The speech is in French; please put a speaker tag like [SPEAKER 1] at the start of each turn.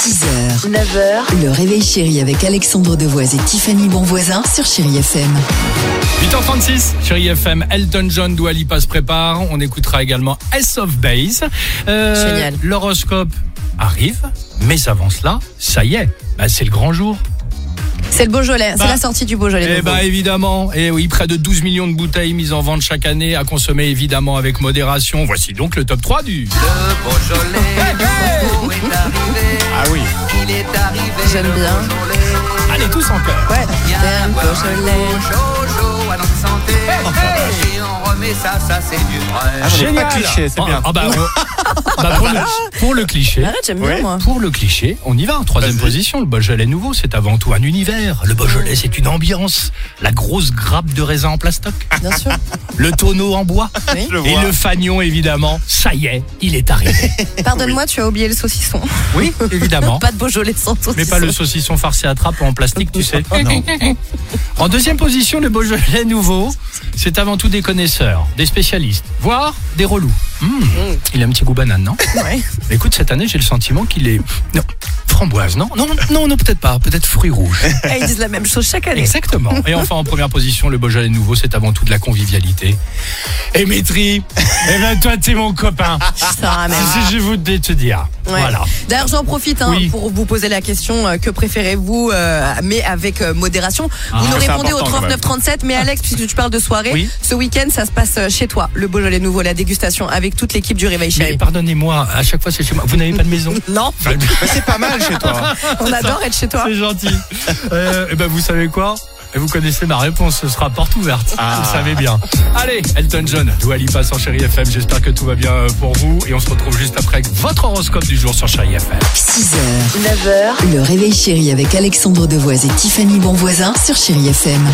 [SPEAKER 1] 6h, 9h, le réveil chéri avec Alexandre Devoise et Tiffany Bonvoisin sur Chéri FM.
[SPEAKER 2] 8h36, chérie FM, Elton John, Dua Lipa se prépare. On écoutera également S of Base. Euh,
[SPEAKER 1] Génial.
[SPEAKER 2] L'horoscope arrive, mais avant cela, ça y est, bah, c'est le grand jour.
[SPEAKER 3] C'est le Beaujolais,
[SPEAKER 2] Bah.
[SPEAKER 3] c'est la sortie du Beaujolais.
[SPEAKER 2] Eh
[SPEAKER 3] nouveau.
[SPEAKER 2] bah évidemment, et oui, près de 12 millions de bouteilles mises en vente chaque année, à consommer évidemment avec modération. Voici donc le top 3 du...
[SPEAKER 4] Le Beaujolais nouveau est arrivé.
[SPEAKER 2] Ah oui.
[SPEAKER 4] Il est arrivé.
[SPEAKER 3] J'aime
[SPEAKER 4] le
[SPEAKER 3] bien.
[SPEAKER 4] Beaujolais.
[SPEAKER 2] Allez, tous en cœur.
[SPEAKER 3] Ouais,
[SPEAKER 4] Viens
[SPEAKER 3] Madame
[SPEAKER 4] boire un
[SPEAKER 3] Beaujolais.
[SPEAKER 4] coup Jojo à notre santé. Et on remet ça, ça c'est du vrai.
[SPEAKER 2] Génial.
[SPEAKER 5] pas cliché, c'est
[SPEAKER 2] Ah,
[SPEAKER 5] bien.
[SPEAKER 2] ah bah, on- bah, pour, le, pour le cliché...
[SPEAKER 3] Arrête, j'aime bien
[SPEAKER 5] Ouais.
[SPEAKER 3] moi.
[SPEAKER 2] Pour le cliché, on y va. en Troisième
[SPEAKER 5] Vas-y.
[SPEAKER 2] position, le Beaujolais nouveau, c'est avant tout un univers. Le Beaujolais, c'est une ambiance. La grosse grappe de raisin en plastoc,
[SPEAKER 3] Bien sûr.
[SPEAKER 2] le tonneau en bois
[SPEAKER 3] Oui.
[SPEAKER 5] Je
[SPEAKER 2] et
[SPEAKER 5] vois.
[SPEAKER 2] le fagnon, évidemment. Ça y est, il est arrivé.
[SPEAKER 3] Pardonne-moi, tu as oublié le saucisson.
[SPEAKER 2] Oui, évidemment.
[SPEAKER 3] Pas de Beaujolais sans saucisson.
[SPEAKER 2] Mais pas le saucisson farci à trappe en plastique, tu sais. En deuxième position, le Beaujolais nouveau, c'est avant tout des connaisseurs, des spécialistes, voire des relous. Hmm, Il a un petit goût banane, non
[SPEAKER 3] Ouais.
[SPEAKER 2] Mais Écoute, cette année, j'ai le sentiment qu'il est... Non, framboise, non Non, non, non peut-être pas. Peut-être fruits rouges.
[SPEAKER 3] Eh, ils disent la même chose chaque année.
[SPEAKER 2] Exactement. Et enfin, en première position, le Beaujolais nouveau, c'est avant tout de la convivialité. Émétrie, eh ben toi, t'es mon copain.
[SPEAKER 3] Ça ramène.
[SPEAKER 2] Si je voulais te dire.
[SPEAKER 3] Ah, Ouais.
[SPEAKER 2] Voilà.
[SPEAKER 3] D'ailleurs, j'en profite hein,
[SPEAKER 2] Ah, Oui.
[SPEAKER 3] pour vous poser la question euh, que préférez-vous, euh, mais avec euh, modération.
[SPEAKER 2] Ah,
[SPEAKER 3] vous nous
[SPEAKER 5] c'est
[SPEAKER 3] répondez au
[SPEAKER 5] important, quand
[SPEAKER 3] 39
[SPEAKER 5] même.
[SPEAKER 3] 37. Mais Alex, puisque tu parles de soirée,
[SPEAKER 2] Oui.
[SPEAKER 3] ce week-end, ça se passe euh, chez toi, le Beaujolais nouveau, la dégustation avec toute l'équipe du Réveil
[SPEAKER 2] Mais
[SPEAKER 3] Chéri.
[SPEAKER 2] Eh, pardonnez-moi, à chaque fois, c'est chez moi. Vous n'avez pas de maison
[SPEAKER 3] Non,
[SPEAKER 5] Mais c'est pas mal chez toi.
[SPEAKER 3] on adore être chez toi.
[SPEAKER 2] C'est gentil. Euh, Eh ben, vous savez quoi Et Vous connaissez ma réponse, ce sera porte ouverte.
[SPEAKER 5] Ah.
[SPEAKER 2] Vous savez bien. Allez, Elton John, Dua Lipa sur Chéri FM. J'espère que tout va bien euh, pour vous. Et on se retrouve juste après avec votre horoscope du jour sur Chéri FM.
[SPEAKER 1] 6h, 9h, le réveil chéri avec Alexandre Devoise et Tiffany Bonvoisin sur Chéri FM.